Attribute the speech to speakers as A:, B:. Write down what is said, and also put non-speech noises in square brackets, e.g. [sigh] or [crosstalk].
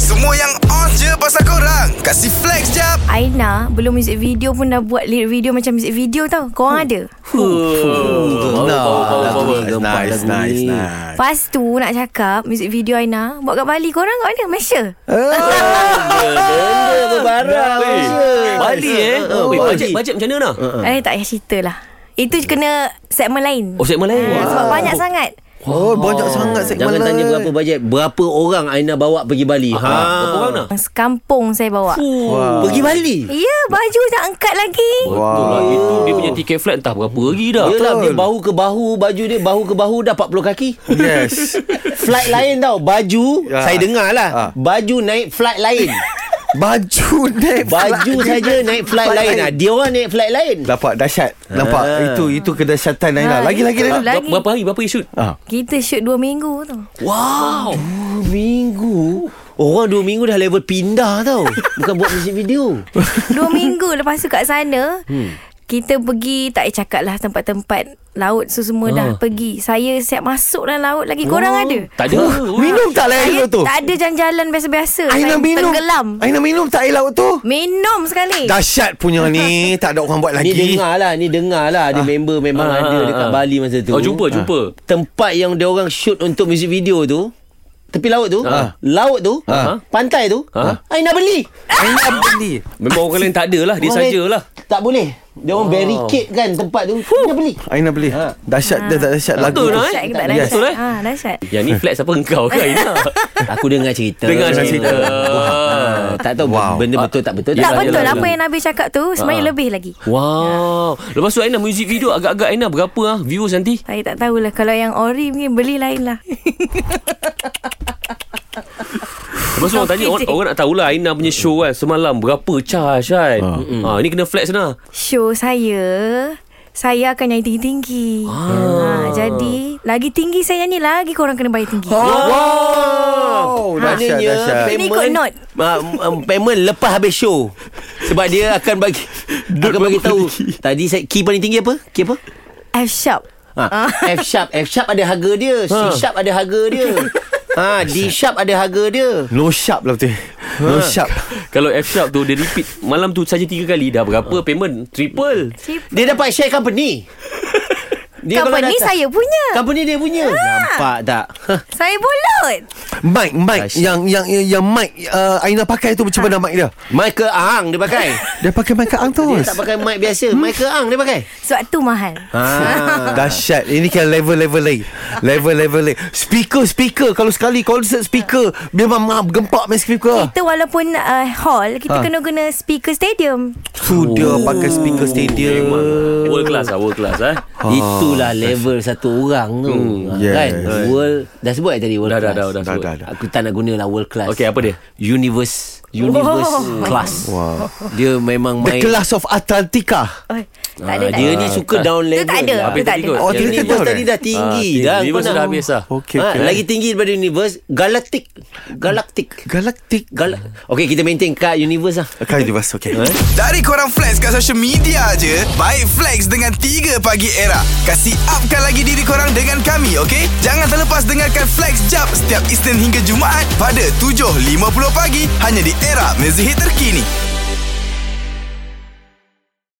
A: Semua yang on je pasal korang Kasih flex jap
B: Aina belum music video pun dah buat lirik video macam music video tau.
C: Oh.
B: Korang ada?
D: Power, power, power, power.
A: Nice, nice, nice
B: Lepas tu nak cakap music video Aina buat kat Bali. Korang kat mana? Malaysia.
D: Benda berbarang
C: Weh, Bali eh
E: Uh,
D: Oh,
C: Weh,
D: Bali.
C: Bajet bajet macam mana nak
B: Eh tak payah cerita lah. Itu kena segmen lain.
C: Oh segmen lain
B: Ah, Sebab banyak sangat.
D: Oh, banyak sangat segmen Jangan tanya berapa bajet Berapa orang Aina bawa pergi Bali
C: Ha Berapa orang nak
B: Sekampung saya bawa.
D: Wow. Pergi Bali
B: Ya, baju nak angkat lagi.
C: Betul lah Itu dia punya tiket flight Entah berapa lagi dah
D: Yelah dia bahu ke bahu Baju dia bahu ke bahu Dah 40 kaki
E: Yes
D: Flight lain tau Baju
E: Ya.
D: Saya dengar lah
E: Ah.
D: Baju naik flight lain
E: Baju naik
D: Baju
E: flight.
D: saja naik flight lain ah. Dia orang naik flight lain
E: Nampak dahsyat Nampak
D: Ah.
E: Itu itu kedahsyatan Naila
C: lah.
B: Ah,
E: Lagi-lagi
B: itu.
E: Naila
C: Ber-
B: Lagi.
C: Berapa hari Berapa hari shoot
E: Ah.
B: Kita shoot 2 minggu tu.
C: Wow
D: Dua minggu Orang dua minggu dah level pindah tau Bukan buat music
C: [laughs]
D: video
B: 2 minggu lepas tu kat sana.
C: Hmm.
B: Kita pergi tak payah cakap lah tempat-tempat laut so semua dah pergi. Saya siap masuk dalam laut lagi. Korang ada?
C: Ah. Oh. Tak ada
E: [laughs] Minum tak lah air
B: Saya
E: laut tu
B: Oh, tak ada jalan-jalan biasa-biasa.
E: Aina
B: Saya
E: minum
B: Tenggelam.
E: Aina minum tak air laut tu
B: Minum sekali.
E: Dahsyat punya
B: [laughs]
E: ni Tak ada orang buat
D: Ni
E: lagi
D: dengar lah Ni dengar lah Ada member memang
C: Ah,
D: ada
C: ah,
D: Dekat
C: ah.
D: Bali masa tu Ah.
C: Oh jumpa jumpa
D: Tempat yang dia orang shoot Untuk music video tu Tepi laut tu
E: Ah.
D: Laut tu
E: Ah.
D: Pantai tu
C: Ah.
D: Aina beli
E: Aina beli
C: Memang orang lain tak ada lah Dia
D: Orang lain
C: sajalah
D: Tak boleh Dia orang barricade kan Tempat tu Aina
C: [laughs]
D: beli
E: Aina beli
D: Ah.
E: Dahsyat dia tak dahsyat lagu
C: Betul
E: tu.
C: lah
B: Dahsyat
C: eh
B: ke tak
C: Betul
B: dahsyat?
C: eh
B: Ha, dahsyat.
C: Yang ni flex apa engkau ke Aina
D: [laughs] Aku dengar cerita
C: Dengar
E: Dengar
C: cerita
E: cerita.
D: Ah, Tak tahu
E: Wow.
D: benda betul tak betul
B: Tak
C: Yelah,
B: betul
C: yelah,
B: apa
C: yelah.
B: yang Nabi cakap tu sebenarnya
C: Ha.
B: lebih lagi.
C: Wow Lepas tu Aina music video Agak-agak Aina berapa ah Views nanti
B: Saya tak tahulah Kalau yang ori mungkin beli lain lah
C: Lepas tu orang tanya orang, orang nak tahulah Aina punya show kan Semalam berapa charge kan ha. ha, Ni kena flex lah
B: Show saya Saya akan nyanyi tinggi-tinggi
C: Ah.
B: ha, Jadi Lagi tinggi saya nyanyi Lagi korang kena bayar tinggi
C: Ah.
E: Wow Oh, Dahsyat
D: Ah. Maknanya
E: dahsyat
B: Ini ikut note.
D: uh, um, Payment lepas habis show Sebab dia akan bagi Akan bagi tahu Tadi saya key paling tinggi apa? Key apa?
B: F sharp Ah.
C: Ah.
D: Ha, F sharp F sharp ada harga dia C
C: Ha.
D: sharp ada harga dia ha, D sharp ada harga dia
E: No sharp lah betul No
D: Ah.
E: sharp
C: Kalau F sharp tu Dia repeat Malam tu saja tiga kali Dah berapa payment Triple
D: Dia dapat share company dia kalau
B: Company
D: datang-
B: saya punya Ah.
D: Company dia punya Nampak tak [laughs] Ha,
B: Saya bulut
E: Mic mic
D: Dahsyat.
E: Yang yang yang mic uh, Aina pakai tu
D: Ha.
E: macam mana mic dia
D: Michael Ahang dia pakai Hmm.
E: Dia pakai mic kat ang tu
D: Dia tak pakai mic biasa Michael Ahang dia pakai
B: Sebab tu mahal
D: [laughs]
E: Ah. Dahsyat Ini kan level-level lain Level-level lain Speaker-speaker Kalau sekali Konsert speaker Memang ma- gempak main
D: Ha.
E: speaker
B: Kita walaupun uh, hall Kita
E: Ha.
B: kena guna speaker stadium
E: Sudah pakai speaker stadium
C: Memang World class lah World class eh
D: Itulah level satu orang tu Oh, hmm,
E: yes.
D: Kan World Dah sebut eh tadi world
C: Dah, dah,
D: class
C: dah, dah
E: sebut.
D: Aku tak nak guna lah world class
C: Okey, apa dia?
D: Universe Universe
B: Oh.
D: class wow. Dia memang
E: The
D: main
E: class of Atlantica
B: oh, Tak
D: Ah,
B: ada tak
D: dia
B: ada.
D: ni suka
C: tak.
D: down level
B: Itu tak ada
D: lah.
B: Itu
C: Habis
B: tak
C: tadi
B: ada
C: kot.
E: Oh,
D: Yang
E: tiga
D: universe
E: tahu
D: tadi
E: dah?
D: dah tinggi
C: Ah,
D: dah.
C: universe
D: Kau nak-
C: dah habis dah.
E: Okey,
D: Ah,
E: okey.
D: Lagi tinggi daripada universe Galactic Galactic
E: Galactic Eh?
D: Gal Okay kita maintain kat universe lah
E: Kali di bas Okay
A: Dari korang flex kat social media je Baik flex dengan 3 pagi era Kasih upkan lagi diri korang dengan kami okay? Jangan terlepas dengarkan flex jap Setiap Isnin hingga Jumaat Pada 7.50 pagi Hanya di era mezihit terkini